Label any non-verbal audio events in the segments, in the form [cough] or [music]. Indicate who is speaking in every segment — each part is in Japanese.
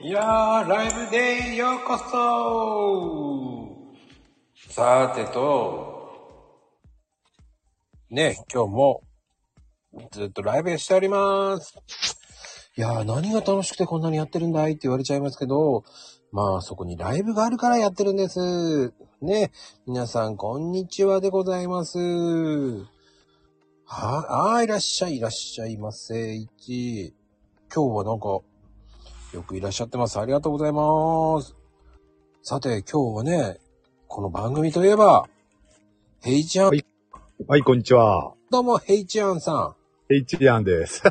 Speaker 1: いやー、ライブデイようこそさてと、ね、今日も、ずっとライブしております。いやー、何が楽しくてこんなにやってるんだいって言われちゃいますけど、まあ、そこにライブがあるからやってるんです。ね、皆さん、こんにちはでございます。は、あー、いらっしゃい、いらっしゃいませ、いち。今日はなんか、よくいらっしゃってます。ありがとうございます。さて、今日はね、この番組といえば、ヘイちゃん、
Speaker 2: はいはい、こんにちは。
Speaker 1: どうもヘイちゃんさ
Speaker 2: エイチリアンです。
Speaker 1: ん。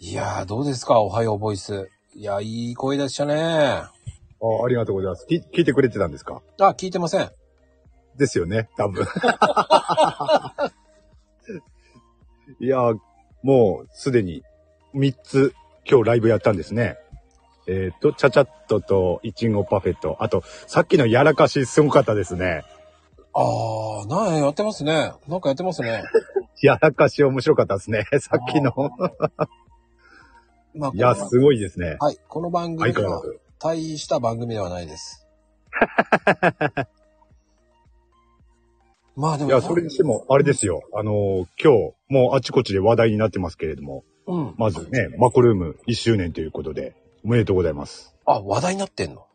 Speaker 1: いやー、どうですかおはようボイス。いやー、いい声でしたね。あ、
Speaker 2: あありがとうございます。き聞いてくれてたんですか
Speaker 1: 聞いてません。
Speaker 2: ですよね、多分。 [laughs] いやー、もうすでに3つ今日ライブやったんですね。えっ、と、チャチャットとイチンゴパフェと、あと、さっきのやらかしすごかったですね。
Speaker 1: あー、なんやってますね。なんかやってます
Speaker 2: [laughs]
Speaker 1: ね。
Speaker 2: やらかし面白かったですね。 [laughs] さっきの。
Speaker 1: まあ、
Speaker 2: いや、
Speaker 1: この
Speaker 2: すごいですね。
Speaker 1: はい、この番組
Speaker 2: 相変わら
Speaker 1: は
Speaker 2: ず。
Speaker 1: 大した番組ではない
Speaker 2: [laughs]
Speaker 1: です。まあで
Speaker 2: い
Speaker 1: も、
Speaker 2: や、それにしても、あれですよ。あのー今日、もうあちこちで話題になってますけれども、
Speaker 1: うん。
Speaker 2: まずね、マコルーム1周年ということで、おめでとうございます。
Speaker 1: あ、話題になってんの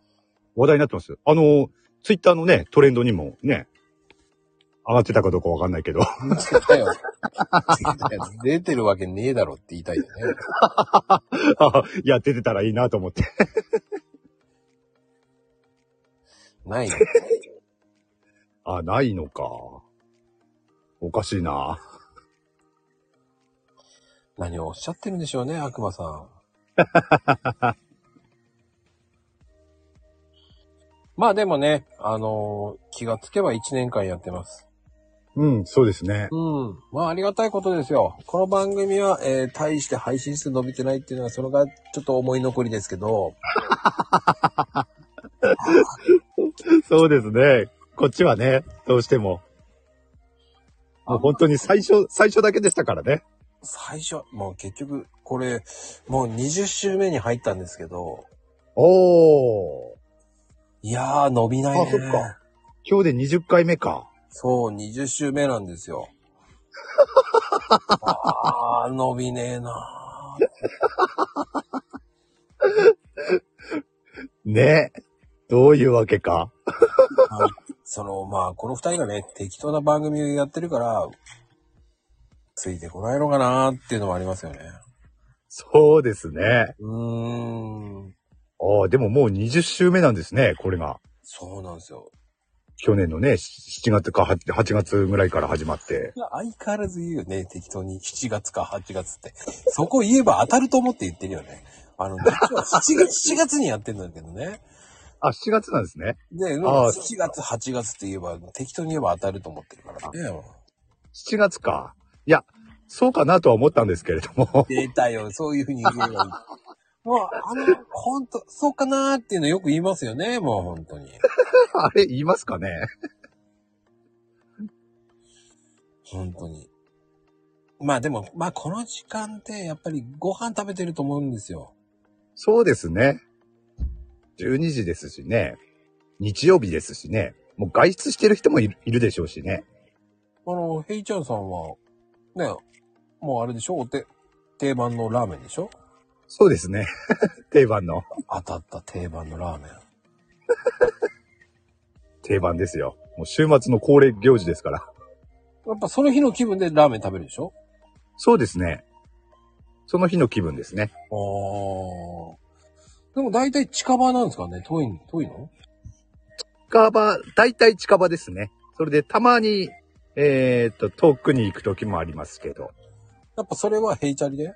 Speaker 2: 話題になってます。あの、ツイッターのね、トレンドにもね、上がってたかどうかわかんないけど、 [laughs]
Speaker 1: 絶対よ。 [laughs] 出てるわけねえだろって言いたいよね。
Speaker 2: いや、出てたらいいなと思って。
Speaker 1: ないね。
Speaker 2: あ、ないのか。おかしいな。
Speaker 1: 何をおっしゃってるんでしょうね、悪魔さん。 [laughs] まあでもね、あのー気がつけば1年間やってます。
Speaker 2: うん、そうですね。
Speaker 1: うん。まあありがたいことですよ。この番組は、えー、大して配信数伸びてないっていうのは、それがちょっと思い残りですけど、
Speaker 2: そうですね。こっちはね、どうしても。もう本当に最初、最初だけでしたからね。
Speaker 1: 最初、もう結局、これ、もう20週目に入ったんですけど、
Speaker 2: おー。
Speaker 1: いやー伸びないね。
Speaker 2: あそっか今日で20回目か。
Speaker 1: そう、20週目なんですよ。ああ、伸びねえなあ
Speaker 2: ね。どういうわけか。
Speaker 1: その、まあ、この二人がね、適当な番組をやってるから、ついてこないのかなっていうのもありますよね。
Speaker 2: そうですね。
Speaker 1: うーん。
Speaker 2: ああ、でももう20週目なんですね、これが。
Speaker 1: そうなんですよ。
Speaker 2: 去年のね、7月か8 8月ぐらいから始まって。
Speaker 1: いや相変わらず言うよね、適当に。7月か8月って。そこ言えば当たると思って言ってるよね。あの、実は7月、7月に [laughs] やってんだけどね。
Speaker 2: あ、7月なんですね。
Speaker 1: で、うん
Speaker 2: ああ
Speaker 1: 7月、8月って言えば、適当に言えば当たると思ってるからね。。
Speaker 2: 7月か。いや、そうかなとは思ったんですけれども [laughs]
Speaker 1: 出たよ、そういうふうに言えばいい。もう、あの、ほんと、そうかなーっていうのよく言いますよね、もう本当に。
Speaker 2: あれ、言いますかね
Speaker 1: 本当に。まあでも、まあこの時間ってやっぱりご飯食べてると思うんですよ。
Speaker 2: そうですね。12時ですしね。日曜日ですしね。もう外出してる人もいるいるでしょうしね。
Speaker 1: あの、ヘイちゃんさんは、ね、もうあれでしょおて、定番のラーメンでしょ
Speaker 2: そうですね。 [laughs] 定番の。
Speaker 1: 当たった定番のラーメン。
Speaker 2: 定番ですよ。もう週末の恒例行事ですから。
Speaker 1: やっぱその日の気分でラーメン食べるでしょ
Speaker 2: そうですね。その日の気分ですね。
Speaker 1: あー。でも大体近場なんですかね遠い、遠いの
Speaker 2: 近場、大体近場ですね。それでたまに、えーっと、遠くに行く時もありますけど。 [laughs]
Speaker 1: やっぱそれはヘイチャリで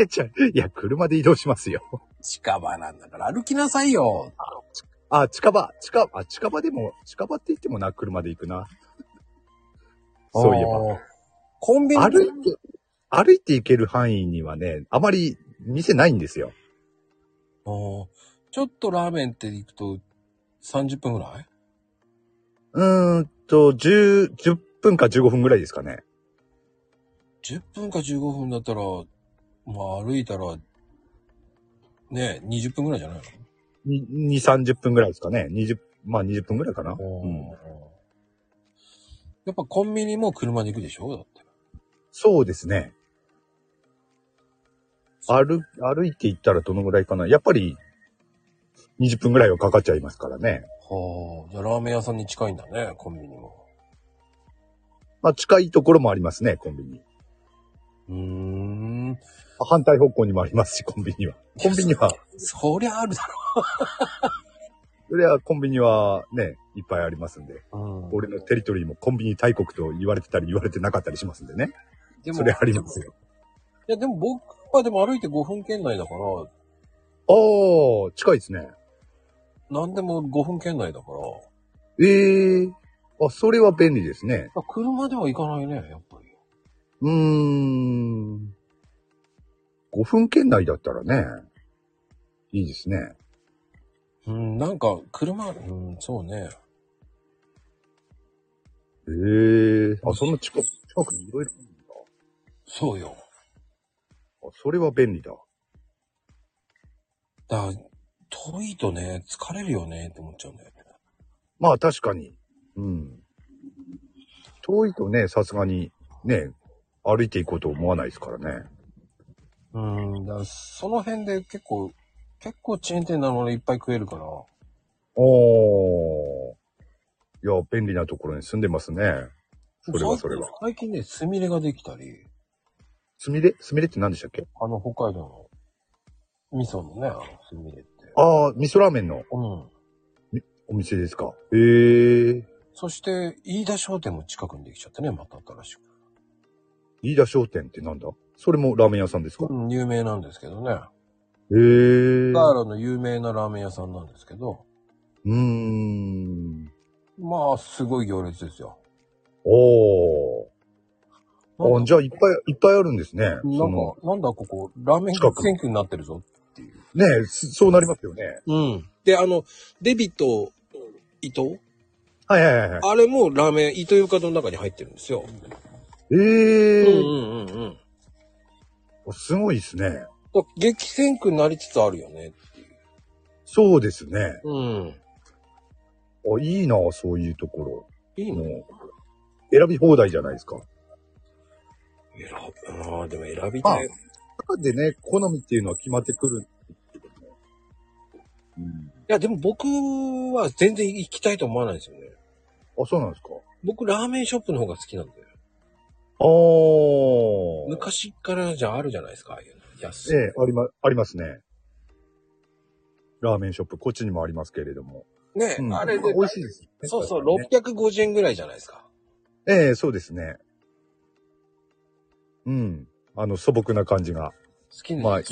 Speaker 2: えちゃん、いや、車で移動しますよ。
Speaker 1: 近場なんだから歩きなさいよ。
Speaker 2: あ、近場、近、あ、近場でも、近場って言ってもな、車で行くな。そういえば。
Speaker 1: ば。コンビニ
Speaker 2: 歩いて、歩いて行ける範囲にはね、あまり店ないんですよ。
Speaker 1: あーちょっとラーメンって行くと30分ぐらいう
Speaker 2: ーんと、10、10分か15分ぐらいですかね。
Speaker 1: ?10 分か15分だったら、まあ歩いたらね、20分ぐらいじゃない
Speaker 2: に2、30分ぐらいですかね。20、まあ20分ぐらいかな。
Speaker 1: の、
Speaker 2: うん、
Speaker 1: やっぱコンビニも車で行くでしょだって。
Speaker 2: そうですね。歩、歩いて行ったらどのぐらいかな。やっぱり、20分ぐらいはかかっちゃいますからね。
Speaker 1: はあ、じゃあラーメン屋さんに近いんだね、コンビニも。
Speaker 2: まあ近いところもありますね、コンビニ。
Speaker 1: うーん。
Speaker 2: 反対方向にもありますし、 [laughs] コンビニは。コンビニは、
Speaker 1: そりゃあるだ
Speaker 2: それはコンビニはね、いっぱいありますんで。
Speaker 1: ろ。
Speaker 2: 俺のテリトリーもコンビニ大国と言われてたり言われてなかったりしますんでね。
Speaker 1: で
Speaker 2: それありますよ。
Speaker 1: いや、でも僕はでも歩いて5分圏内だから、
Speaker 2: ああ、近いですね。
Speaker 1: 何でも5分圏内だから、
Speaker 2: ええあ、それは便利ですね。
Speaker 1: 車では行かないね、やっぱり。
Speaker 2: うーん。5分圏内だったらね、いいですね。
Speaker 1: うん、なんか、車、うん、そうね。
Speaker 2: ええあ、そんな近く、近くにいろいろあるん
Speaker 1: そうよ。
Speaker 2: だ。あ、それは便利だ。
Speaker 1: だから遠いとね、疲れるよねって思っちゃうんだよね。
Speaker 2: まあ確かに。うん。遠いとね、さすがに、ね、歩いていこうと思わないですからね。
Speaker 1: うん、だからその辺で結構、結構チェーン店なのにいっぱい食えるから。
Speaker 2: おー。いや、便利なところに住んでますね。それはそれは。
Speaker 1: 最近ね、スミレができたり、
Speaker 2: すみれすみれって何でしたっけ
Speaker 1: あの北海道の味噌のね、あのスミレって。
Speaker 2: ああ、味噌ラーメンの
Speaker 1: うん。
Speaker 2: お店ですか。へえ。
Speaker 1: そして、飯田商店も近くにできちゃってね、また新しく。
Speaker 2: 飯田商店ってなんだそれもラーメン屋さんですか、
Speaker 1: うん、有名なんですけどね。
Speaker 2: へえ。
Speaker 1: ガーラの有名なラーメン屋さんなんですけど、
Speaker 2: うーん。
Speaker 1: まあ、すごい行列ですよ。
Speaker 2: おー。
Speaker 1: な
Speaker 2: あ
Speaker 1: んだ
Speaker 2: じゃあいっぱいいっぱいあるんですね。
Speaker 1: な
Speaker 2: そ
Speaker 1: んか
Speaker 2: の、
Speaker 1: なんだここ、ラーメン
Speaker 2: 近く
Speaker 1: 選挙になってるぞっていう。
Speaker 2: ねえそそうなりますよね。
Speaker 1: うん。で、あの、デビと伊藤
Speaker 2: はいはいはいはい。
Speaker 1: あれもラーメン、伊藤ゆかの中に入ってるんですよ。
Speaker 2: え
Speaker 1: う
Speaker 2: え
Speaker 1: んうんうんうん。
Speaker 2: すごいですね。
Speaker 1: だから激戦区になりつつあるよね。
Speaker 2: そうですね。
Speaker 1: うん。
Speaker 2: あ、いいな、そういうとこ
Speaker 1: いい
Speaker 2: ろ。
Speaker 1: の
Speaker 2: もう、選び放題じゃないですか。
Speaker 1: 選ぶ。ああ、でも選び
Speaker 2: まあ
Speaker 1: たい。、
Speaker 2: 中でね、好みっていうのは決まってくる。うん。
Speaker 1: いや、でも僕は全然行きたいと思わないですよね。
Speaker 2: あ、そうなんですか。
Speaker 1: 僕、ラーメンショップの方が好きなんだよ。
Speaker 2: ああ。
Speaker 1: 昔からじゃあるじゃないですか、ああいうの。安い。
Speaker 2: ええ、ありま、ありますね。ラーメンショップ、こっちにもありますけれども。
Speaker 1: ね、
Speaker 2: うん
Speaker 1: あれで、
Speaker 2: 美味しいですね、
Speaker 1: そうそう、
Speaker 2: 確かにね
Speaker 1: 650円ぐらいじゃないですか。
Speaker 2: ええ、そうですね。うん。あの、素朴な感じが。
Speaker 1: 好き
Speaker 2: まあいい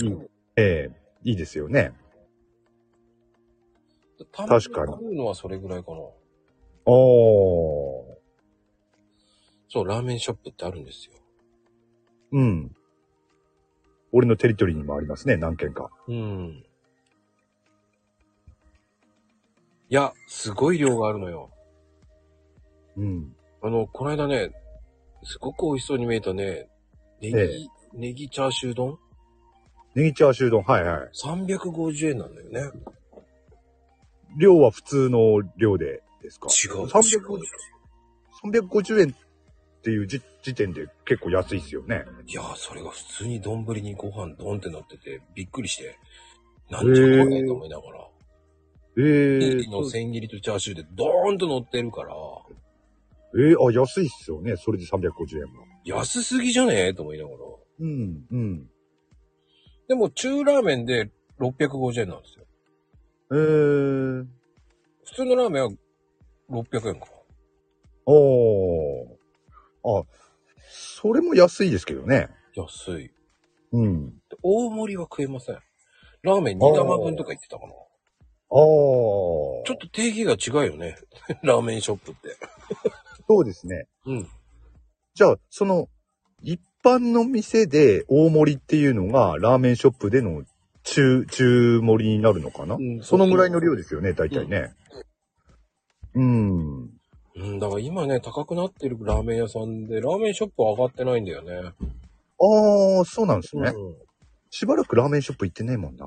Speaker 2: ええ、いいですよね。
Speaker 1: 確
Speaker 2: 確かに
Speaker 1: 食べるのはそれぐらいかな。
Speaker 2: ああ。
Speaker 1: そう、ラーメンショップってあるんですよ。
Speaker 2: うん。俺のテリトリーにもありますね、何軒か。
Speaker 1: うん。いや、すごい量があるのよ。
Speaker 2: うん。
Speaker 1: あの、この間ね、すごく美味しそうに見えたね、ネギ、
Speaker 2: え
Speaker 1: ネギチャーシュー丼
Speaker 2: ネギチャーシュー丼、はいはい。
Speaker 1: ?350 円なんだよね。
Speaker 2: 量は普通の量でですか
Speaker 1: 違う。
Speaker 2: 350 350円っていうじ時点で結構安いですよね。
Speaker 1: いやー、それが普通に丼にご飯ドンってなってて、びっくりして、なんじゃこれと思いながら。
Speaker 2: ええ
Speaker 1: ネギ
Speaker 2: そ
Speaker 1: の
Speaker 2: う
Speaker 1: 千切りとチャーシューでドーンと乗ってるから、
Speaker 2: ええあ、安いっすよね。それで350円も。
Speaker 1: 安すぎじゃねえと思いながら。
Speaker 2: うん、うん。
Speaker 1: でも中ラーメンで650円なんですよ。
Speaker 2: ええー、
Speaker 1: 普通のラーメンは600円か。
Speaker 2: おー。あ、それも安いですけどね。
Speaker 1: 安い。
Speaker 2: うん。
Speaker 1: で大盛りは食えません。ラーメン2玉分とか言ってたかな。
Speaker 2: あー。
Speaker 1: ちょっと定義が違うよね。 [laughs] ラーメンショップって。
Speaker 2: そうですね。
Speaker 1: うん。
Speaker 2: じゃあ、その、一般の店で大盛りっていうのが、ラーメンショップでの中、中盛りになるのかな、
Speaker 1: うん
Speaker 2: そのぐらいの量ですよね、大体ね。うん。
Speaker 1: うん、だから今ね、高くなってるラーメン屋さんで、ラーメンショップは上がってないんだよね。
Speaker 2: ああ、そうなんですね。
Speaker 1: うん
Speaker 2: しばらくラーメンショップ行ってねえもんな、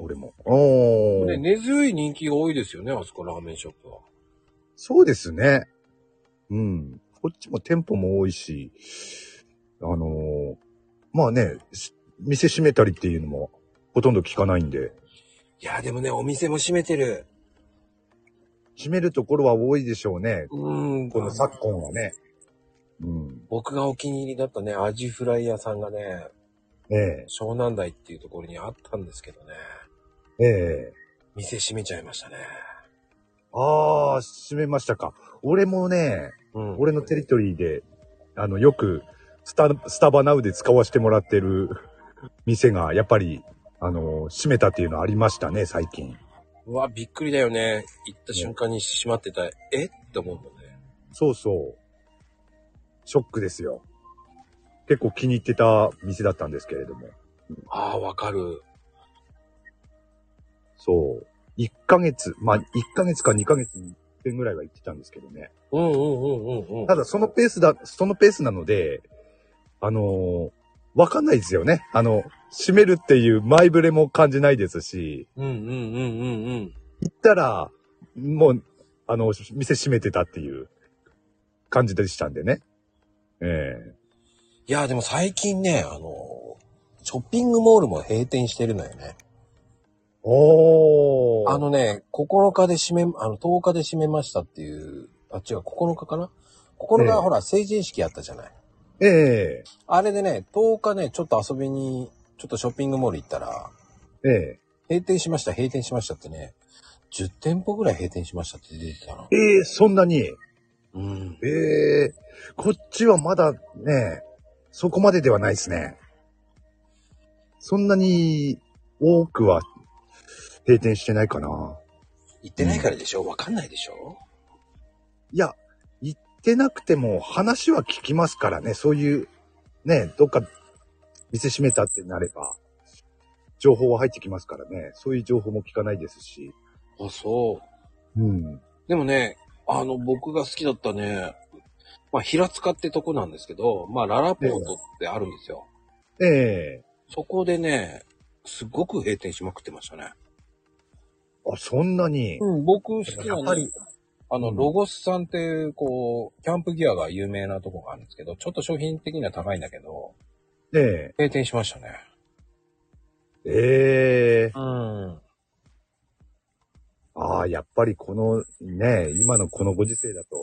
Speaker 2: 俺も。おー。
Speaker 1: ね、根強い人気が多いですよね、あそこラーメンショップは。
Speaker 2: そうですね。うん。こっちも店舗も多いし、あのーまあね、し店閉めたりっていうのもほとんど聞かないんで、
Speaker 1: いや、でもね、お店も閉めてる。
Speaker 2: 閉めるところは多いでしょうね。
Speaker 1: うん、
Speaker 2: この昨今はね。うん。
Speaker 1: 僕がお気に入りだったね、アジフライ屋さんがね、
Speaker 2: え
Speaker 1: 湘南台っていうところにあったんですけどね、
Speaker 2: え、ええ。
Speaker 1: 店閉めちゃいましたね。
Speaker 2: ああ、閉めましたか。俺もね、
Speaker 1: うん。
Speaker 2: 俺のテリトリーで、あの、よく、スタ、スタバナウで使わせてもらってる店が、やっぱり、あの、閉めたっていうのありましたね、最近。
Speaker 1: うわ、びっくりだよね。行った瞬間に閉まってた。えって思うもんね。
Speaker 2: そうそう。ショックですよ。結構気に入ってた店だったんですけれども。
Speaker 1: ああ、わかる。
Speaker 2: そう。1ヶ月、まあ、1ヶ月か2ヶ月に1遍ぐらいは行ってたんですけどね。
Speaker 1: うんうんうんうんうん。
Speaker 2: ただ、そのペースだ、そのペースなので、あのーわかんないですよね。あの、閉めるっていう前触れも感じないですし、
Speaker 1: うんうんうんうんうん。
Speaker 2: 行ったら、もう、あの、店閉めてたっていう感じでしたんでね。え
Speaker 1: いや、でも最近ね、あの、ショッピングモールも閉店してるのよね。
Speaker 2: えお
Speaker 1: あ、のね、9日で閉め、あの、10日で閉めましたっていう、あ、違う、9日かな ?9 日
Speaker 2: ええ
Speaker 1: はほら、成人式やったじゃない。
Speaker 2: え
Speaker 1: あれでね、10日ね、ちょっと遊びに、ちょっとショッピングモール行ったら、
Speaker 2: ええ
Speaker 1: 閉店しました、閉店しましたってね、10店舗ぐらい閉店しましたって出てたな
Speaker 2: え。ええそんなに。え
Speaker 1: うん。
Speaker 2: えこっちはまだね、そこまでではないですね。そんなに多くは閉店してないかな。
Speaker 1: 行ってないからでしょわかんないでしょ
Speaker 2: いや、行ってなくても話は聞きますからね、そういう、ね、どっか店閉めたってなれば、情報は入ってきますからね、そういう情報も聞かないですし。
Speaker 1: あ、そう。
Speaker 2: うん。
Speaker 1: でもね、あの、僕が好きだったね、まあ、平塚ってとこなんですけど、まあ、ララポートってあるんですよ。
Speaker 2: ええ
Speaker 1: そこでね、すごく閉店しまくってましたね。
Speaker 2: あ、そんなに。
Speaker 1: うん、僕好き
Speaker 2: やっ
Speaker 1: な
Speaker 2: ぱ
Speaker 1: ね
Speaker 2: り、
Speaker 1: あの、
Speaker 2: うん
Speaker 1: ロゴスさんって、こう、キャンプギアが有名なとこがあるんですけど、ちょっと商品的には高いんだけど、
Speaker 2: え
Speaker 1: 閉店しましたね。
Speaker 2: えええ
Speaker 1: うん。
Speaker 2: ああ、やっぱりこの、ね、今のこのご時世だと、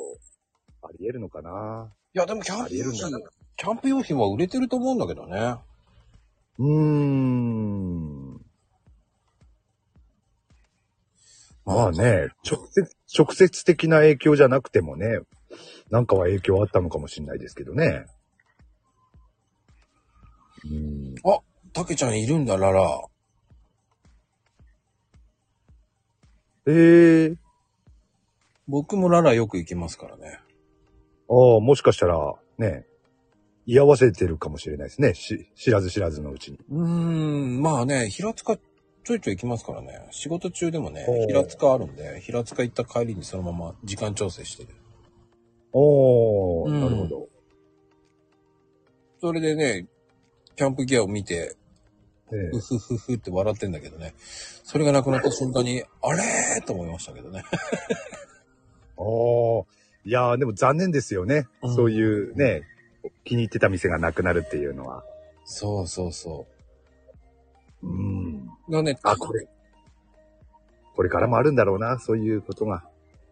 Speaker 2: あり得るのかな。
Speaker 1: いや、でもキャン
Speaker 2: あ
Speaker 1: プ
Speaker 2: り得
Speaker 1: 用
Speaker 2: るんだ
Speaker 1: 品
Speaker 2: な、
Speaker 1: キャンプ用品は売れてると思うんだけどね。
Speaker 2: うーん。まあね、直接、直接的な影響じゃなくてもね、なんかは影響あったのかもしれないですけどね。うーん。
Speaker 1: たけちゃんいるんだ、ララ。
Speaker 2: ええ
Speaker 1: 僕もララよく行きますからね。
Speaker 2: ああ、もしかしたら、ね、居合わせてるかもしれないですね。し、知らず知らずのうちに。
Speaker 1: うーん、まあね、平塚ちょいちょい行きますからね。仕事中でもね
Speaker 2: お、う
Speaker 1: 平塚あるんで、平塚行った帰りにそのまま時間調整してる。
Speaker 2: おー、
Speaker 1: うん
Speaker 2: なるほど。
Speaker 1: それでね、キャンプギアを見て、
Speaker 2: ええ
Speaker 1: うふふふって笑ってんだけどね。それがなくなった瞬間に、あれーと思いましたけどね。 [laughs]
Speaker 2: ああ、いやーでも残念ですよね。
Speaker 1: うん
Speaker 2: そういうね、気に入ってた店がなくなるっていうのは。
Speaker 1: そうそうそ
Speaker 2: うん。
Speaker 1: う。だね、
Speaker 2: あ、これ。これからもあるんだろうな、そういうことが。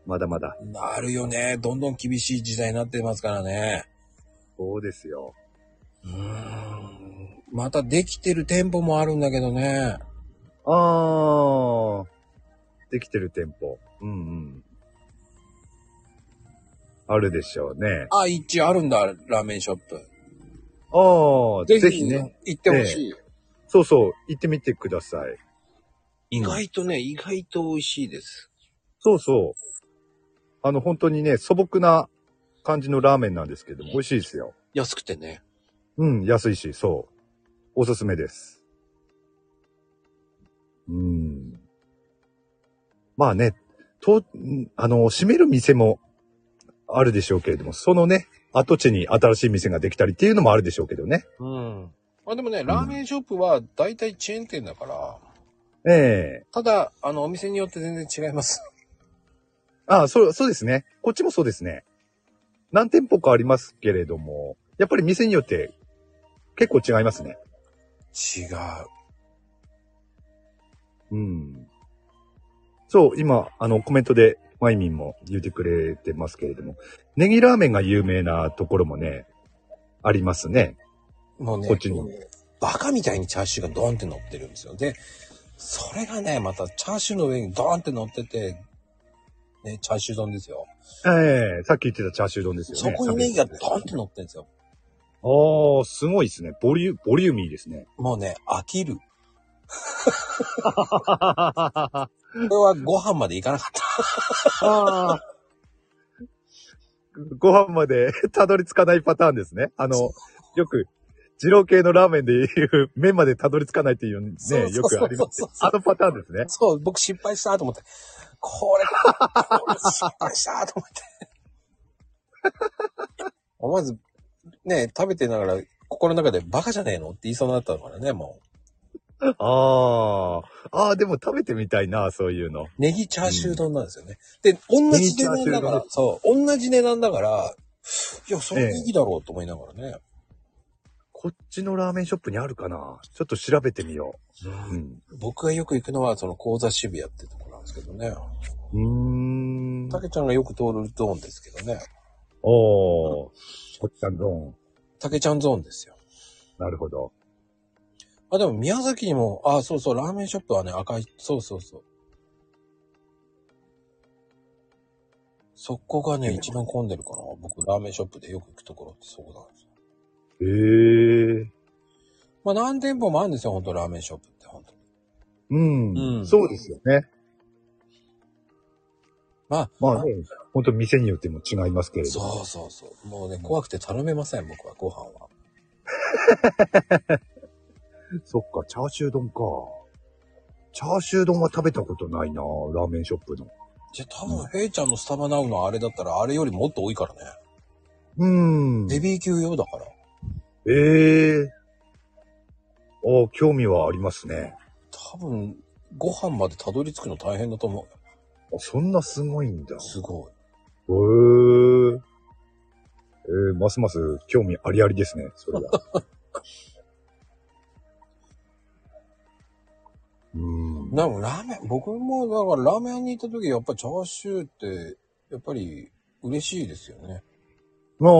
Speaker 2: まだまだ。
Speaker 1: なるよね。どんどん厳しい時代になってますからね。
Speaker 2: そうですよ。
Speaker 1: うーん。またできてる店舗もあるんだけどね。
Speaker 2: あー。できてる店舗。うんうん。あるでしょうね。
Speaker 1: あ、一応あるんだ、ラーメンショップ。
Speaker 2: ああ、ぜ
Speaker 1: ぜ
Speaker 2: ひ
Speaker 1: ひ
Speaker 2: ね。
Speaker 1: ね、行ってほしい。
Speaker 2: そうそう、行ってみてください。
Speaker 1: 意外とね、意外と美味しいです。
Speaker 2: そうそう。あの、本当にね、素朴な感じのラーメンなんですけども、美味しいですよ。
Speaker 1: 安くてね。
Speaker 2: うん、安いし、そう。おすすめです。うん。まあね、と、んあの、閉める店もあるでしょうけれども、そのね、跡地に新しい店ができたりっていうのもあるでしょうけどね。
Speaker 1: うん。まあでもね、ラーメンショップは大体チェーン店だから、
Speaker 2: ええ
Speaker 1: ただ、あの、お店によって全然違います。
Speaker 2: ああ、そう、そうですね。こっちもそうですね。何店舗かありますけれども、やっぱり店によって結構違いますね。
Speaker 1: 違う。
Speaker 2: うん。そう、今、あの、コメントで、マイミンも言ってくれてますけれども、ネギラーメンが有名なところもね、ありますね。
Speaker 1: もうね、
Speaker 2: こっちに
Speaker 1: バカみたいにチャーシューがドーンって乗ってるんですよ。で、それがね、またチャーシューの上にドーンって乗ってて、ね、チャーシュー丼ですよ。
Speaker 2: ええさっき言ってたチャーシュー丼ですよ
Speaker 1: そ
Speaker 2: ね。
Speaker 1: こにネギが
Speaker 2: 300
Speaker 1: ドーンって乗ってるんですよ。
Speaker 2: ああ、すごいですね。ボリュ、ボリューミーですね。
Speaker 1: もうね、飽きる。これはご飯までいかなかった。
Speaker 2: ああ。 [laughs] ご飯まで [laughs] たどり着かないパターンですね。あの、よく、二郎系のラーメンでいう、麺までたどり着かないっていうね、
Speaker 1: そうそう
Speaker 2: よ
Speaker 1: そう
Speaker 2: くあります
Speaker 1: そうそ
Speaker 2: ね。
Speaker 1: うそう
Speaker 2: あのパターンですね。
Speaker 1: そう、僕失敗したと思って、これ、これ失敗したと思って。 [laughs] 思わず、ね、食べてながら、心の中でバカじゃねえのって言いそうになったのからね、も
Speaker 2: ああ。ああ、でも食べてみたいな、そういうの。
Speaker 1: う。ネギチャーシュー丼なんですよね。で、同じ値段だか
Speaker 2: ネギチャーシュー
Speaker 1: ら
Speaker 2: 丼、
Speaker 1: そう、同じ値段だから、いや、それネギだろうと思いながらね。
Speaker 2: こっちのラーメンショップにあるかなちょっと調べてみよう。
Speaker 1: 僕がよく行くのは、その、講座渋谷ってとこなんですけどね。
Speaker 2: うん。うーん。
Speaker 1: たけちゃんがよく通るゾーンですけどね。
Speaker 2: おー。こっちゃんゾ
Speaker 1: たけちゃんゾーンですよ。
Speaker 2: ーン。なるほど。
Speaker 1: あ、でも宮崎にも、あ、そうそう、ラーメンショップはね、赤い、そうそうそう。そこがね、一番混んでるかな。僕、ラーメンショップでよく行くところってそこなんですよ。
Speaker 2: へえ。
Speaker 1: まあ、何店舗もあるんですよ、本当ラーメンショップって、本当に。
Speaker 2: うん、
Speaker 1: うん
Speaker 2: そうですよね。
Speaker 1: まあ、
Speaker 2: まあね、ほんと店によっても違いますけれど。
Speaker 1: そうそうそう。もうね、怖くて頼めません、僕は、ご飯は。
Speaker 2: そっか、チャーシュー丼か。チャーシュー丼は食べたことないな、ラーメンショップの。
Speaker 1: じゃ、多分、ヘイちゃんのスタバナウのあれだったら、あれよりもっと多いからね。
Speaker 2: うーん。
Speaker 1: ヘビー級用だから。
Speaker 2: ええああ、興味はありますね。
Speaker 1: 多分、ご飯までたどり着くの大変だと思う。
Speaker 2: あそんなすごいんだ。へ
Speaker 1: すごい。
Speaker 2: えー。えー、ますます興味ありありですね、それは。 [laughs] うーん。
Speaker 1: でもラーメン、僕もだからラーメン屋に行った時やっぱりチャーシューって、やっぱり嬉しいですよね。
Speaker 2: まあ、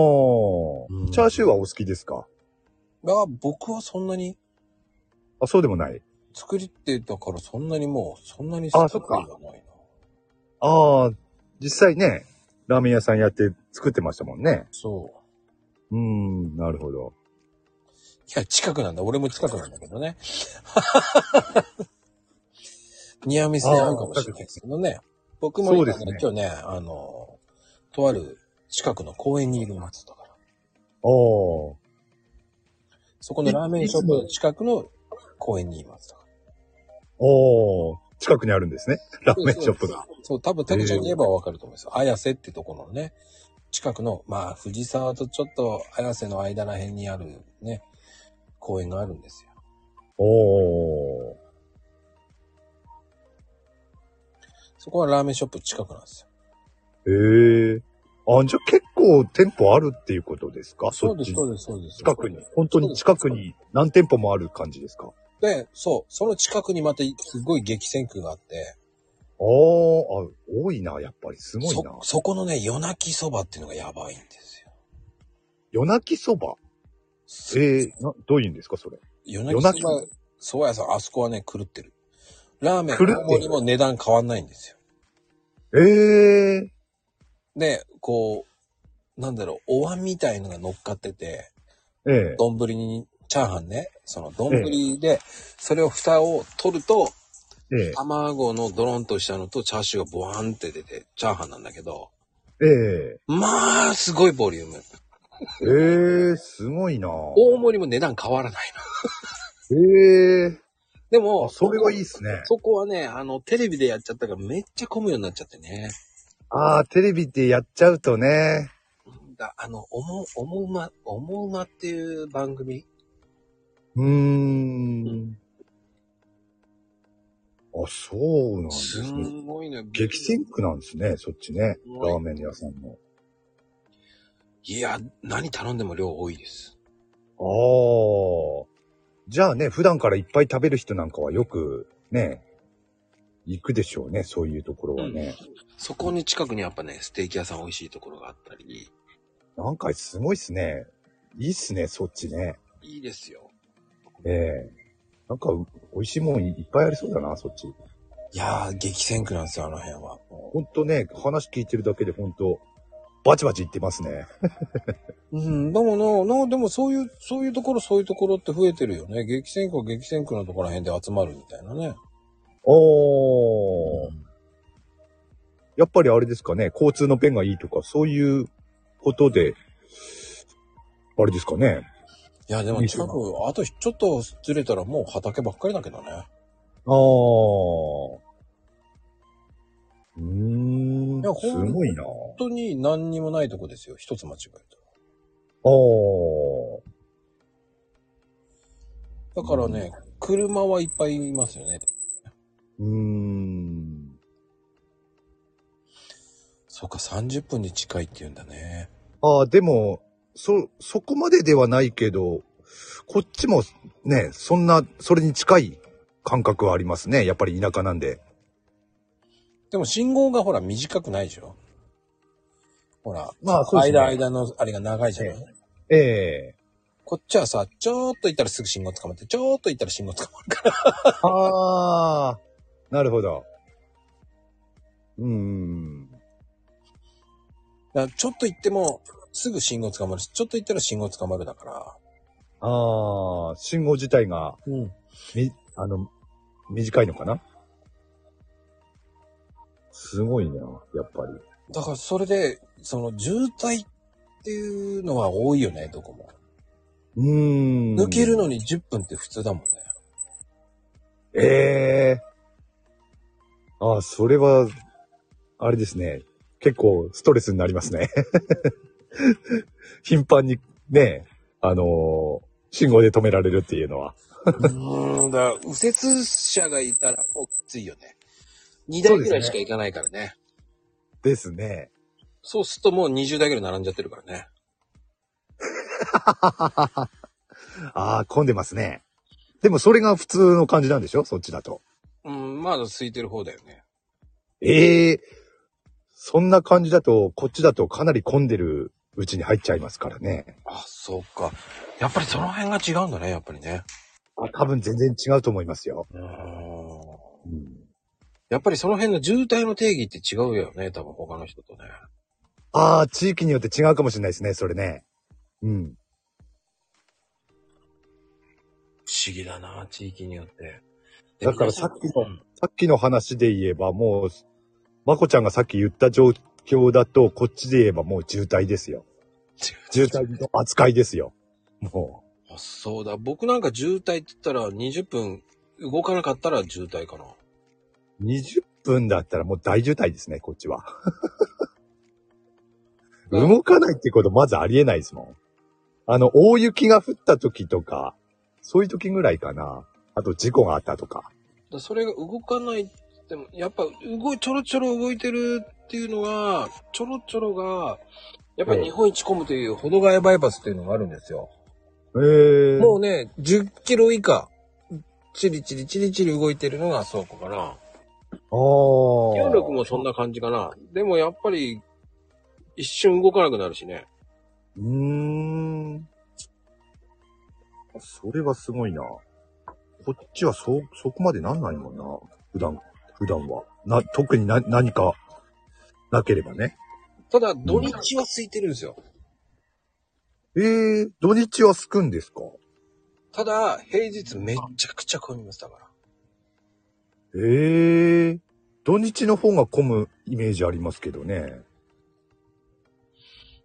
Speaker 2: チャーシューはお好きですか
Speaker 1: だから僕はそんなに
Speaker 2: あ、そうでもない。
Speaker 1: 作りってたからそんなにもう、そんなに
Speaker 2: あそっか
Speaker 1: 好きじゃないな。
Speaker 2: ああ、実際ね、ラーメン屋さんやって作ってましたもんね。
Speaker 1: そう。
Speaker 2: うーん、なるほど。
Speaker 1: いや、近くなんだ。俺も近くなんだけどね。 [laughs] ニアミスに合うかもしれないですけどね。僕も
Speaker 2: そう
Speaker 1: ね
Speaker 2: ですね
Speaker 1: 今日ね、あの、とある近くの公園にいる松だから。
Speaker 2: あ
Speaker 1: そこのラーメンショップの近くの公園にいます。
Speaker 2: あ、ああ、近くにあるんですね。ラーメンショップが。
Speaker 1: そう、多分、タケちゃんに言えばわかると思うんですよ。綾瀬ってところのね、近くの、まあ、藤沢とちょっと綾瀬の間らへんにあるね、公園があるんですよ。
Speaker 2: おお
Speaker 1: そこはラーメンショップ近くなんですよ。
Speaker 2: ー、へえ。あ、じゃあ結構店舗あるっていうことですか
Speaker 1: そうです、
Speaker 2: そ
Speaker 1: そ
Speaker 2: っち
Speaker 1: うです、そうです。
Speaker 2: 近くに。本当に近くに何店舗もある感じですかあ
Speaker 1: で、そう、その近くにまたすごい激戦区があって、
Speaker 2: あ、あ多いな、やっぱり。すごいな
Speaker 1: そ。、そこのね、夜泣きそばっていうのがやばいんですよ。
Speaker 2: 夜泣きそばええなどういうんですか、それ。
Speaker 1: 夜泣きそば
Speaker 2: 夜、
Speaker 1: そうやさん、あそこはね、狂ってる。ラーメン、
Speaker 2: 狂ってる
Speaker 1: 大盛りも値段変わんないんですよ。
Speaker 2: ええ
Speaker 1: で、こう、なんだろう、お椀みたいのが乗っかってて、
Speaker 2: ええ
Speaker 1: 丼に、チャーハンね、その丼で、それを蓋を取ると、
Speaker 2: ええ
Speaker 1: 卵のドロンとしたのとチャーシューがボワンって出て、チャーハンなんだけど、
Speaker 2: ええ
Speaker 1: まあ、すごいボリューム。
Speaker 2: ええすごいな
Speaker 1: 大盛りも値段変わらないの。
Speaker 2: ええ
Speaker 1: で
Speaker 2: あ
Speaker 1: も、
Speaker 2: それはいいっすね。
Speaker 1: そこはね、あの、テレビでやっちゃったからめっちゃ混むようになっちゃってね。
Speaker 2: ああ、テレビってやっちゃうとね。
Speaker 1: だあの、おも、おもうま、おもうまっていう番組
Speaker 2: うーん。あ、そうなんです
Speaker 1: す
Speaker 2: ね。
Speaker 1: んごいね。
Speaker 2: 激戦区なんですね、そっちね。
Speaker 1: うん
Speaker 2: ラーメン屋さんの。
Speaker 1: いや、何頼んでも量多いです。
Speaker 2: ああ。じゃあね、普段からいっぱい食べる人なんかはよく、ね、行くでしょうね、そういうところはね。
Speaker 1: そこに近くにやっぱね、ステーキ屋さん美味しいところがあったり、
Speaker 2: なんかすごいっすね。いいっすね、そっちね。
Speaker 1: いいですよ。
Speaker 2: ええなんか、美味しいもんいっぱいありそうだな、そっち。
Speaker 1: いやー、激戦区なんですよ、あの辺は。
Speaker 2: ほんとね、話聞いてるだけでほんと、バチバチ言ってますね。
Speaker 1: うん、でもな、な、でもそういう、そういうところ、そういうところって増えてるよね。激戦区は激戦区のところら辺で集まるみたいなね。
Speaker 2: おー。やっぱりあれですかね、交通の便がいいとか、そういうことで、あれですかね。
Speaker 1: いや、でも近く、あとちょっとずれたらもう畑ばっかりだけどね。
Speaker 2: あー。うーん
Speaker 1: いや、ほ
Speaker 2: す
Speaker 1: ん
Speaker 2: ごいな。あ
Speaker 1: 本当に何にもないとこですよ、一つ間違えたら。
Speaker 2: ー。
Speaker 1: だからね、車はいっぱいいますよね。
Speaker 2: うーん。
Speaker 1: そっか、30分で近いって言うんだね。
Speaker 2: ああ、でも、そ、そこまでではないけど、こっちもね、そんな、それに近い感覚はありますね。やっぱり田舎なんで。
Speaker 1: でも信号がほら短くないでしょほら、
Speaker 2: まあそうですね
Speaker 1: 間、間のあれが長いじゃない、
Speaker 2: ええ
Speaker 1: こっちはさ、ちょーっと行ったらすぐ信号捕まって、ちょーっと行ったら信号捕まるから。
Speaker 2: ああ、なるほど。うーん。
Speaker 1: だからちょっと行っても、すぐ信号捕まるし、ちょっと行ったら信号捕まるだから。
Speaker 2: ああ、信号自体が、
Speaker 1: うん。
Speaker 2: み、あの、短いのかなすごいな、やっぱり。
Speaker 1: だからそれで、その渋滞っていうのは多いよね、どこも。
Speaker 2: うーん。
Speaker 1: 抜けるのに10分って普通だもんね。
Speaker 2: ええああ、それは、あれですね。結構ストレスになりますね。 [laughs] 頻繁にね、あのー信号で止められるっていうのは。
Speaker 1: うん、だから右折車がいたらもうきついよね。2台ぐらいしか行かないからね。
Speaker 2: ですね。
Speaker 1: そうするともう20台ぐらい並んじゃってるからね。
Speaker 2: ああ、混んでますね。でもそれが普通の感じなんでしょそっちだと。
Speaker 1: うん、まだ空いてる方だよね。
Speaker 2: ええそんな感じだと、こっちだとかなり混んでるうちに入っちゃいますからね。
Speaker 1: あ、そうか。やっぱりその辺が違うんだね、やっぱりね。
Speaker 2: あ多分全然違うと思いますよ。
Speaker 1: うん。
Speaker 2: うん
Speaker 1: やっぱりその辺の渋滞の定義って違うよね、多分他の人とね。
Speaker 2: ああ、地域によって違うかもしれないですね、それね。うん。
Speaker 1: 不思議だな、地域によって。
Speaker 2: だからさっき
Speaker 1: の、
Speaker 2: さっきの話で言えば、もう、まこちゃんがさっき言った状況だと、こっちで言えばもう渋滞ですよ。渋滞の扱いですよ。も
Speaker 1: あそうだ、僕なんか渋滞って言ったら20分動かなかったら渋滞かな。
Speaker 2: う、20分だったらもう大渋滞ですね、こっちは。動かないってことまずありえないですもん。あの、大雪が降った時とか、そういう時ぐらいかな。あと事故があったとか。
Speaker 1: だそれが動かないでもやっぱ動いちょろちょろ動いてるっていうのがちょろちょろがやっぱり日本一混むという保土ヶ谷バイパスっていうのがあるんですよ、
Speaker 2: ええ
Speaker 1: もうね10キロ以下チリチリチリチリ動いてるのがそうかな
Speaker 2: ああ。
Speaker 1: 協力もそんな感じかなでもやっぱり一瞬動かなくなるしね
Speaker 2: うーん。それはすごいな。こっちはそ、そこまでなんないもんな。普段、普段は。な、特にな、何か、なければね。
Speaker 1: ただ土日は空いてるんですよ
Speaker 2: えー、土日はすくんですか
Speaker 1: ただ平日めちゃくちゃ混みますだから
Speaker 2: えー、土日の方が混むイメージありますけどね。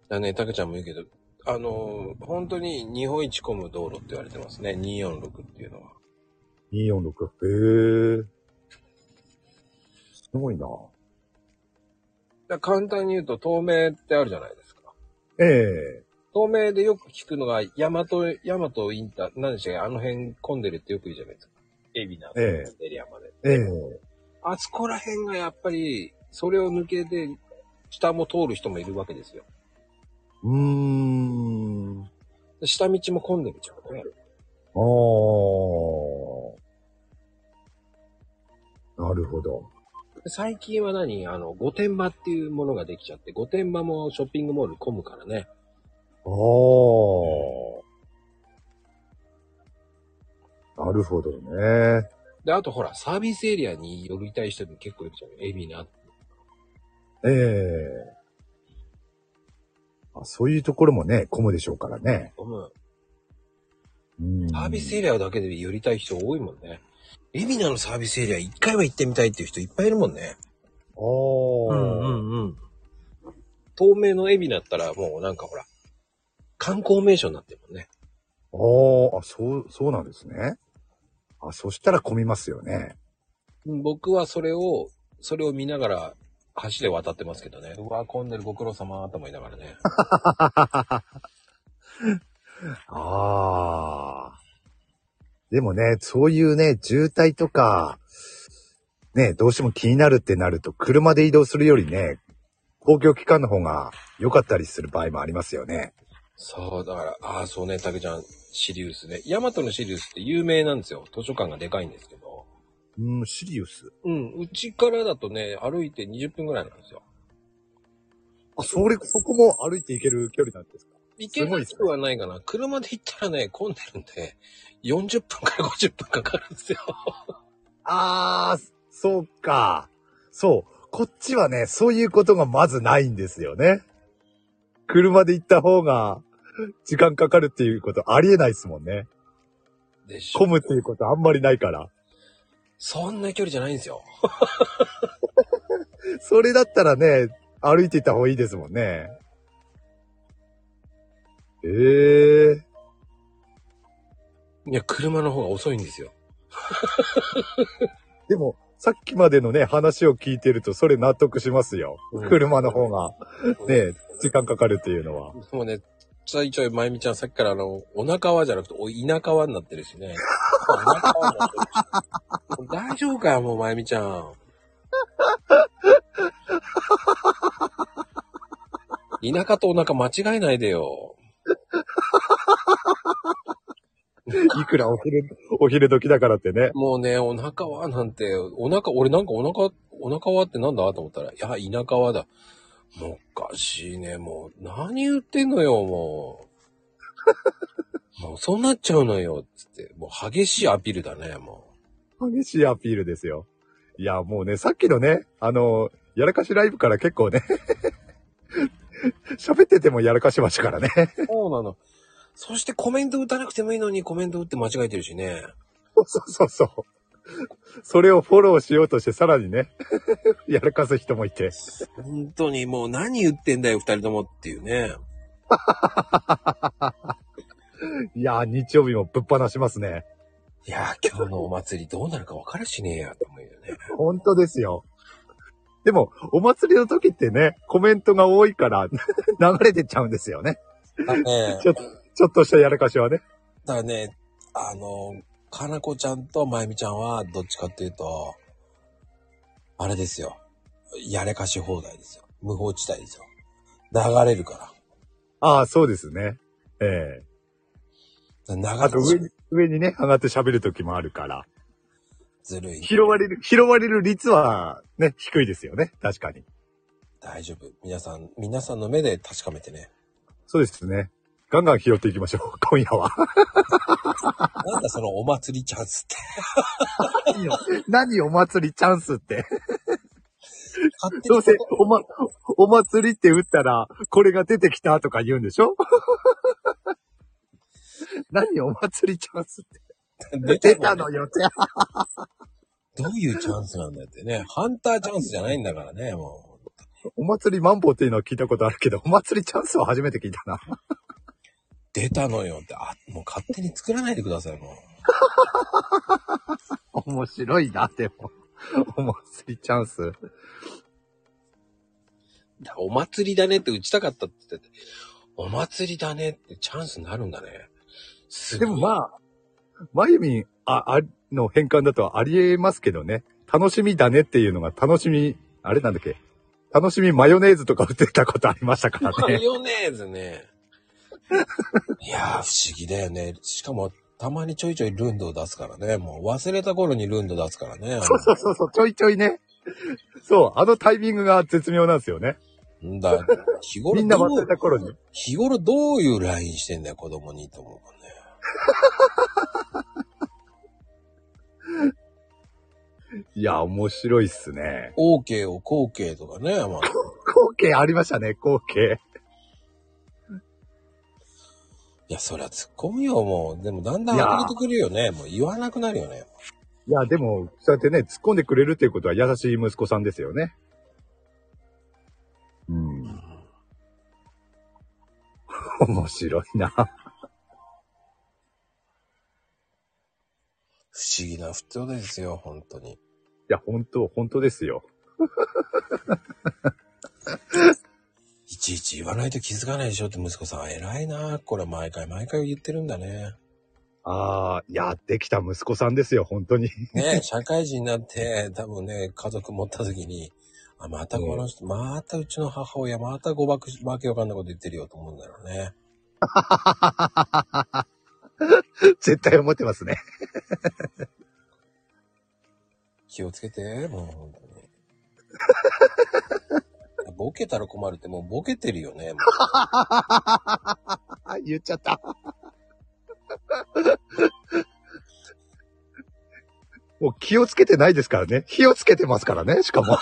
Speaker 1: だね、たけちゃんも言うけど、あのー本当に日本一混む道路って言われてますね。246っていうのは。
Speaker 2: 246。えー。すごいな。
Speaker 1: だから簡単に言うと、透明ってあるじゃないですか。
Speaker 2: ええ
Speaker 1: 透明でよく聞くのが、ヤマト、ヤマトインター、何でしたっけあの辺混んでるってよく言うじゃないですか。海老名
Speaker 2: え
Speaker 1: エリアまで。
Speaker 2: えええ
Speaker 1: あそこら辺がやっぱり、それを抜けて、下も通る人もいるわけですよ。
Speaker 2: うーん。
Speaker 1: で下道も混んでるじゃんね。
Speaker 2: ああ。なるほど。
Speaker 1: で最近は何あの、御殿場っていうものができちゃって、御殿場もショッピングモール混むからね。
Speaker 2: ああ。なるほどね。
Speaker 1: で、あとほら、サービスエリアに寄りたい人も結構いるじゃん。エビナ。
Speaker 2: ええあそういうところもね、混むでしょうからね。
Speaker 1: 混む。
Speaker 2: うん
Speaker 1: サービスエリアだけで寄りたい人多いもんね。エビナのサービスエリア一回は行ってみたいっていう人いっぱいいるもんね。
Speaker 2: ああ。
Speaker 1: んうん。透明のエビナったらもうなんかほら、観光名所になってるもんね。
Speaker 2: あーあ、そう、そうなんですね。あ、そしたら混みますよね。
Speaker 1: 僕はそれを、それを見ながら橋で渡ってますけどね。うわ、混んでるご苦労様と思いながらね。
Speaker 2: ああ。でもね、そういうね、渋滞とか、ね、どうしても気になるってなると、車で移動するよりね、公共機関の方が良かったりする場合もありますよね。
Speaker 1: [laughs] そう、だから、ああ、そうね、竹ちゃん、シリウスね。ヤマトのシリウスって有名なんですよ。図書館がでかいんですけど。
Speaker 2: うん、シリウス。
Speaker 1: うん、うちからだとね、歩いて20分ぐらいなんですよ。
Speaker 2: あ、それ、そこも歩いて行ける距離なんですか
Speaker 1: 行けなくはないかな。車で行ったらね、混んでるんで、40分から50分かかるんですよ。
Speaker 2: ああ、そうか。そう。こっちはね、そういうことがまずないんですよね。車で行った方が、時間かかるっていうことありえないですもんね。
Speaker 1: でしょ
Speaker 2: 混むっていうことあんまりないから。
Speaker 1: そんな距離じゃないんですよ。
Speaker 2: それだったらね、歩いていった方がいいですもんね。ええ
Speaker 1: いや、車の方が遅いんですよ。
Speaker 2: でも、さっきまでのね、話を聞いてると、それ納得しますよ。
Speaker 1: うん
Speaker 2: 車の方が、ね、時間かかるっていうのは。
Speaker 1: もうね、ちょいちょい、まゆみちゃん、さっきからあの、お腹はじゃなくて、お、田舎はになってるしね。お腹はになってるし大丈夫かよ、もう、まゆみちゃん。田舎とお腹間違えないでよ。
Speaker 2: いくらお昼、お昼時だからってね。
Speaker 1: もうね、お腹はなんて、お腹、俺なんかお腹、お腹はってなんだと思ったら、いや、田舎はだ。もうおかしいね、もう、何言ってんのよ、もう。 [laughs] もう、そうなっちゃうのよ、つって。もう、激しいアピールだね、も
Speaker 2: 激しいアピールですよ。いや、もうね、さっきのね、あの、やらかしライブから結構ね、喋っててもやらかしましたからね。
Speaker 1: う。そうなの。そしてコメント打たなくてもいいのに、コメント打って間違えてるしね。
Speaker 2: そうそうそう。それをフォローしようとしてさらにね、やらかす人もいて。
Speaker 1: 本当に、もう何言ってんだよ、二人ともっていうね。
Speaker 2: いやー、日曜日もぶっ放しますね。
Speaker 1: いや、今日のお祭りどうなるか分からしねえや、と思うよね。
Speaker 2: 本当ですよ。でも、お祭りの時ってね、コメントが多いから流れてっちゃうんですよね。
Speaker 1: だ [laughs] ね
Speaker 2: ちょっと、ちょっとしたやらかしはね。
Speaker 1: だからね、あの、かなこちゃんとまゆみちゃんは、どっちかっていうと、あれですよ。やれかし放題ですよ。無法地帯ですよ。流れるか
Speaker 2: ああ、そうですね。ええ
Speaker 1: ら。
Speaker 2: あ
Speaker 1: 流
Speaker 2: と
Speaker 1: れ
Speaker 2: 上
Speaker 1: る
Speaker 2: に、上にね、上がって喋る時もあるから、
Speaker 1: ずるい。
Speaker 2: 拾われる、拾われる率はね、低いですよね。確かに。
Speaker 1: 大丈夫。皆さん、皆さんの目で確かめて
Speaker 2: [laughs]
Speaker 1: ね。
Speaker 2: そうですね。ガンガン拾っていきましょう。 [laughs] 今夜は。
Speaker 1: なんだそのお祭りチャンスって。
Speaker 2: 何お祭りチャンスって。
Speaker 1: 勝手
Speaker 2: [laughs] どう
Speaker 1: に
Speaker 2: せ、おま、お祭りって打ったら、これが出てきたとか言うんでしょ [laughs] 何お祭りチャンスって。
Speaker 1: 出
Speaker 2: 出
Speaker 1: て
Speaker 2: た
Speaker 1: た
Speaker 2: の
Speaker 1: の
Speaker 2: よ。
Speaker 1: どういうチャンスなんだってね。ハンターチャンスじゃないんだからね、もう。
Speaker 2: お祭りマンボウっていうのは聞いたことあるけど、お祭りチャンスは初めて聞いたな。
Speaker 1: 出たのよって、あ、もう勝手に作らないでください、もう。
Speaker 2: 面白いな、でも。お祭りチャンス。
Speaker 1: だからお祭りだねって打ちたかったって言ってて、お祭りだねってチャンスになるんだね。す
Speaker 2: でもまあ、まゆみん、あ、あの変換だとありえますけどね。楽しみだねっていうのが楽しみ、あれなんだっけ。楽しみマヨネーズとか売ってたことありましたから
Speaker 1: マ
Speaker 2: ね。
Speaker 1: ヨネーズね。 [laughs] いやー、不思議だよね。しかも、たまにちょいちょいルンドを出すからね。もう忘れた頃にルンド出すからね。
Speaker 2: [laughs] そうそうそうそう、ちょいちょいね。そう、あのタイミングが絶妙なんですよね。
Speaker 1: うんだ、日頃
Speaker 2: みんな
Speaker 1: ど
Speaker 2: 忘れ
Speaker 1: う、
Speaker 2: た頃に。
Speaker 1: 日頃どういう LINE してんだよ、子供にと思うからね。
Speaker 2: いや、面白いっすね。
Speaker 1: OK を後継とかね。まあ、
Speaker 2: 光景ありましたね、光景。
Speaker 1: いや、そりゃ突っ込むよ、もう。でも、だんだん
Speaker 2: いやー
Speaker 1: 上げてくるよね。もう言わなくなるよね。
Speaker 2: いや、でも、そうやってね、突っ込んでくれるっていうことは優しい息子さんですよね。うん。面白いな。
Speaker 1: 不思議な不調ですよ、本当に。
Speaker 2: いや、本当本当ですよ。
Speaker 1: いちいち言わないと気づかないでしょって息子さん、偉いな。これ毎回毎回言ってるんだね。
Speaker 2: ああ、いや、できた息子さんですよ、本当に。 [laughs]
Speaker 1: ね、社会人になって、多分ね、家族持った時に、あ、またこの人、またうちの母親、また誤爆し、わけわかんないこと言ってるよと思うんだろうね。
Speaker 2: 絶対思ってますね。
Speaker 1: 気をつけて、もう本当
Speaker 2: [laughs]
Speaker 1: に。ボケたら困るって、もうボケてるよね。もう
Speaker 2: あ、言っちゃった。 [laughs] もう気をつけてないですからね。火をつけてますからね、しかも。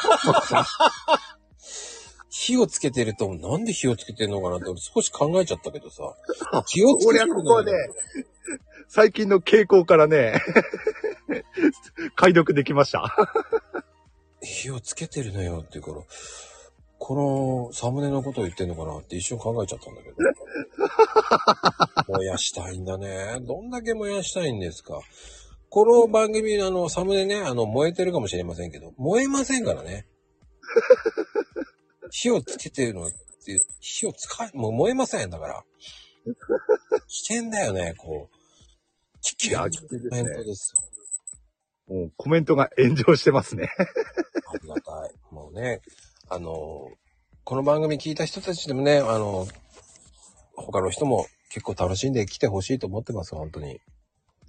Speaker 1: 火をつけてると、なんで火をつけてんのかなって、俺少し考えちゃったけどさ。
Speaker 2: [laughs]
Speaker 1: 気をつけて
Speaker 2: 俺は
Speaker 1: る
Speaker 2: こ
Speaker 1: の
Speaker 2: こで、最近の傾向からね、 [laughs] 解読できました。
Speaker 1: 火をつけてるのよっていうから、このサムネのことを言ってんのかなって一瞬考えちゃったんだけど。燃やしたいんだね。どんだけ燃やしたいんですか。この番組のあのサムネね、あの燃えてるかもしれませんけど、燃えませんからね。火をつけてるのっていう、火を使い、もう燃えません。だ [laughs] から。危険だよね、こう。危険なイベントですよ。
Speaker 2: もうコメントが炎上してますね。 [laughs]
Speaker 1: ありがたい。もうね、あの、この番組聞いた人たちでもね、あの、他の人も結構楽しんで来てほしいと思ってます、本当に。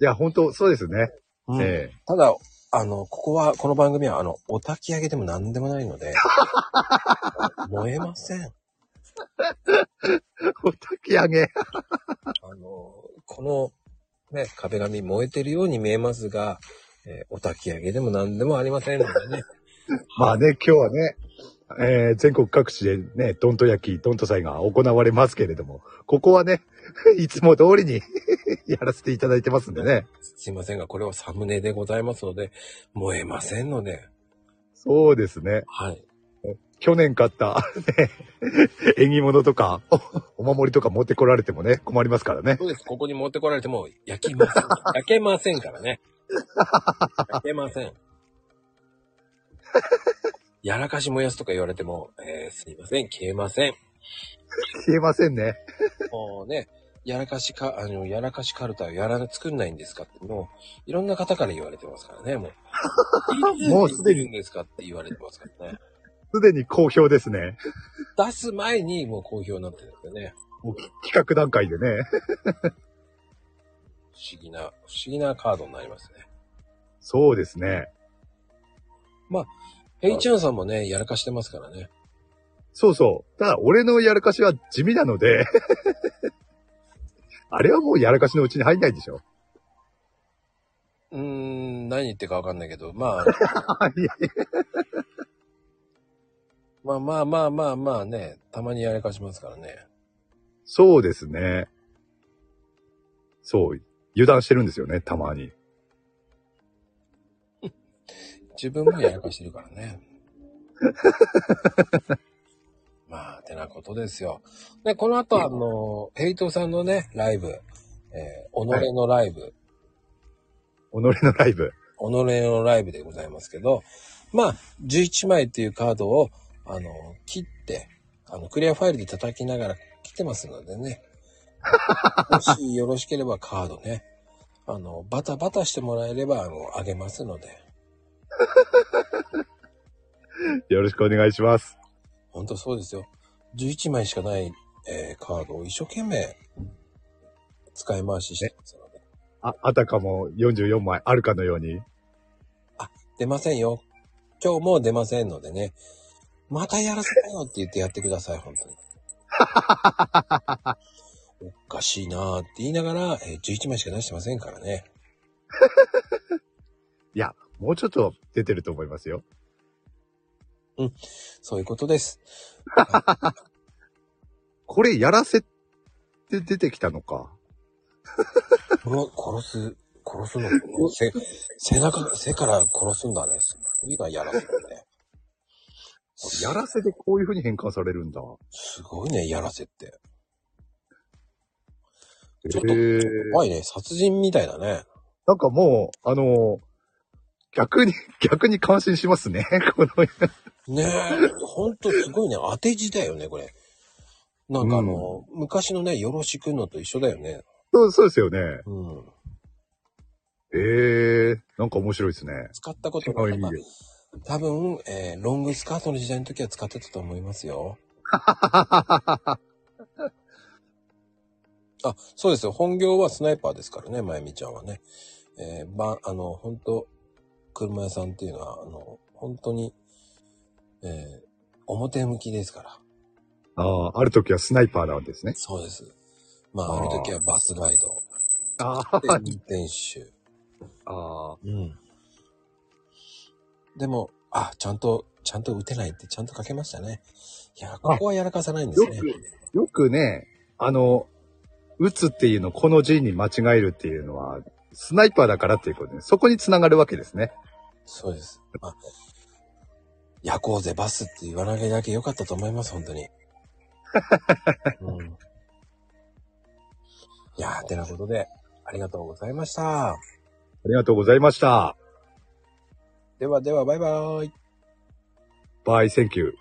Speaker 2: いや、本当そうですね。ええ [laughs]
Speaker 1: ただ、あの、ここは、この番組は、あの、お焚き上げでも何でもないので、 [laughs] 燃えません。
Speaker 2: お焚き上げ。 [laughs]
Speaker 1: あの、この、ね、壁紙燃えてるように見えますが、えーお焚き上げでも何でもありませんのでね。
Speaker 2: まあね、今日はね、えー全国各地でね、どんと焼き、どんと祭が行われますけれども、ここはね、 [laughs] いつも通りに [laughs] やらせていただいてますんでね。
Speaker 1: すいませんが、これはサムネでございますので、燃えませんので、
Speaker 2: そうですね。
Speaker 1: はい。
Speaker 2: 去年買った、ね、 [laughs] 縁起物とか [laughs] お、お守りとか持ってこられてもね、困りますからね。
Speaker 1: そうです。ここに持ってこられても焼きません。焼けませんからね。焼けません。やらかし燃やすとか言われても、えーすいません、消えません。
Speaker 2: 消えませんね。
Speaker 1: もうね、やらかしか、あの、やらかしカルタをやらな、作んないんですかって、もう、いろんな方から言われてますからね、もう。
Speaker 2: もうすでに
Speaker 1: いつ言ってるんですかって言われてますからね。
Speaker 2: すでに好評ですね。
Speaker 1: 出す前にもう好評になってるんですよね。
Speaker 2: もう企画段階でね。
Speaker 1: 不思議な、不思議なカードになりますね。
Speaker 2: そうですね。
Speaker 1: ヘイチュンさんもね、やらかしてますからね。
Speaker 2: そうそう。ただ、俺のやらかしは地味な
Speaker 1: [laughs]
Speaker 2: ので、あれはもうやらかしのうちに入んないでしょ。
Speaker 1: うーん、何言ってるかわかんないけど、まあ、
Speaker 2: いやいや
Speaker 1: まあまあまあまあまあね、たまにやらかしますからね。
Speaker 2: そうですね。そう。油断してるんですよね、たまに。
Speaker 1: 自分もやらかしてるからね。まあ、てなことですよ。で、この後、あの、ヘイトさんのね、ライブ、えー、己のライブ、
Speaker 2: 己のライブ。
Speaker 1: 己のライブでございますけど、まあ、11枚っていうカードを、あの、切って、あの、クリアファイルで叩きながら来てますのでね。もしよろしければカードね。あの、バタバタしてもらえれば、あの、あげますので。
Speaker 2: よろしくお願いします。
Speaker 1: ほんとそうですよ。11枚しかない、えーカードを一生懸命使い回ししてますので。
Speaker 2: あ、あたかも44枚あるかのように。
Speaker 1: 出ませんよ。今日もう出ませんのでね。またやらせたよって言ってやってください、本当
Speaker 2: [laughs]
Speaker 1: に。おかしいなーって言いながら、えー11枚しか出してませんからね。
Speaker 2: もうちょっと出てると思いますよ。
Speaker 1: そういうことです。
Speaker 2: これやらせって出てきたのか。
Speaker 1: うわ殺す、殺すのせ、背中、背から殺すんだね。今やらせるね。
Speaker 2: やらせでこういう風に変換されるんだ。
Speaker 1: すごいね、やらせって。ちょっと
Speaker 2: へー
Speaker 1: 怖いね、殺人みたいだね。
Speaker 2: なんかもう、あの逆に、 [laughs] 逆に感心しますね。 [laughs] この、
Speaker 1: ねえ、ほんとすごいね、当て字だよね、これ。なんかあの、昔のね、よろしくのと一緒だよね。
Speaker 2: そうそうですよね。
Speaker 1: うん。
Speaker 2: ええなんか面白いですね。
Speaker 1: 使ったことな
Speaker 2: あ
Speaker 1: いい
Speaker 2: いです。
Speaker 1: 多分、えーロングスカートの時代の時は使ってたと思います [laughs] よ。あ、そうですよ。本業はスナイパーですからね、まゆみちゃんはね。えー、ば、あの、本当車屋さんっていうのは、あの、本当に、えー表向きですから。
Speaker 2: ああ、ある時はスナイパーなんですね。
Speaker 1: そうです。まあ、
Speaker 2: あ
Speaker 1: あ
Speaker 2: ー
Speaker 1: る時はバスガイド、
Speaker 2: ああ、
Speaker 1: で運転手。
Speaker 2: ああ、
Speaker 1: うん。でも、あ、ちゃんと、ちゃんと打てないってちゃんとかけましたね。いや、ここはやらかさないんですね
Speaker 2: よ。く、よくね、あの、撃つっていうの、この字に間違えるっていうのは、スナイパーだからっていうことで、そこにつながるわけですね。
Speaker 1: そうです。まあ、夜行ぜバスって言わなきゃだけ良かったと思います、本当に。
Speaker 2: [laughs]
Speaker 1: うん、いやー、てなことで、ありがとうございました。
Speaker 2: ありがとうございました。
Speaker 1: ではでは、バイバーイ。
Speaker 2: バイ、センキュー。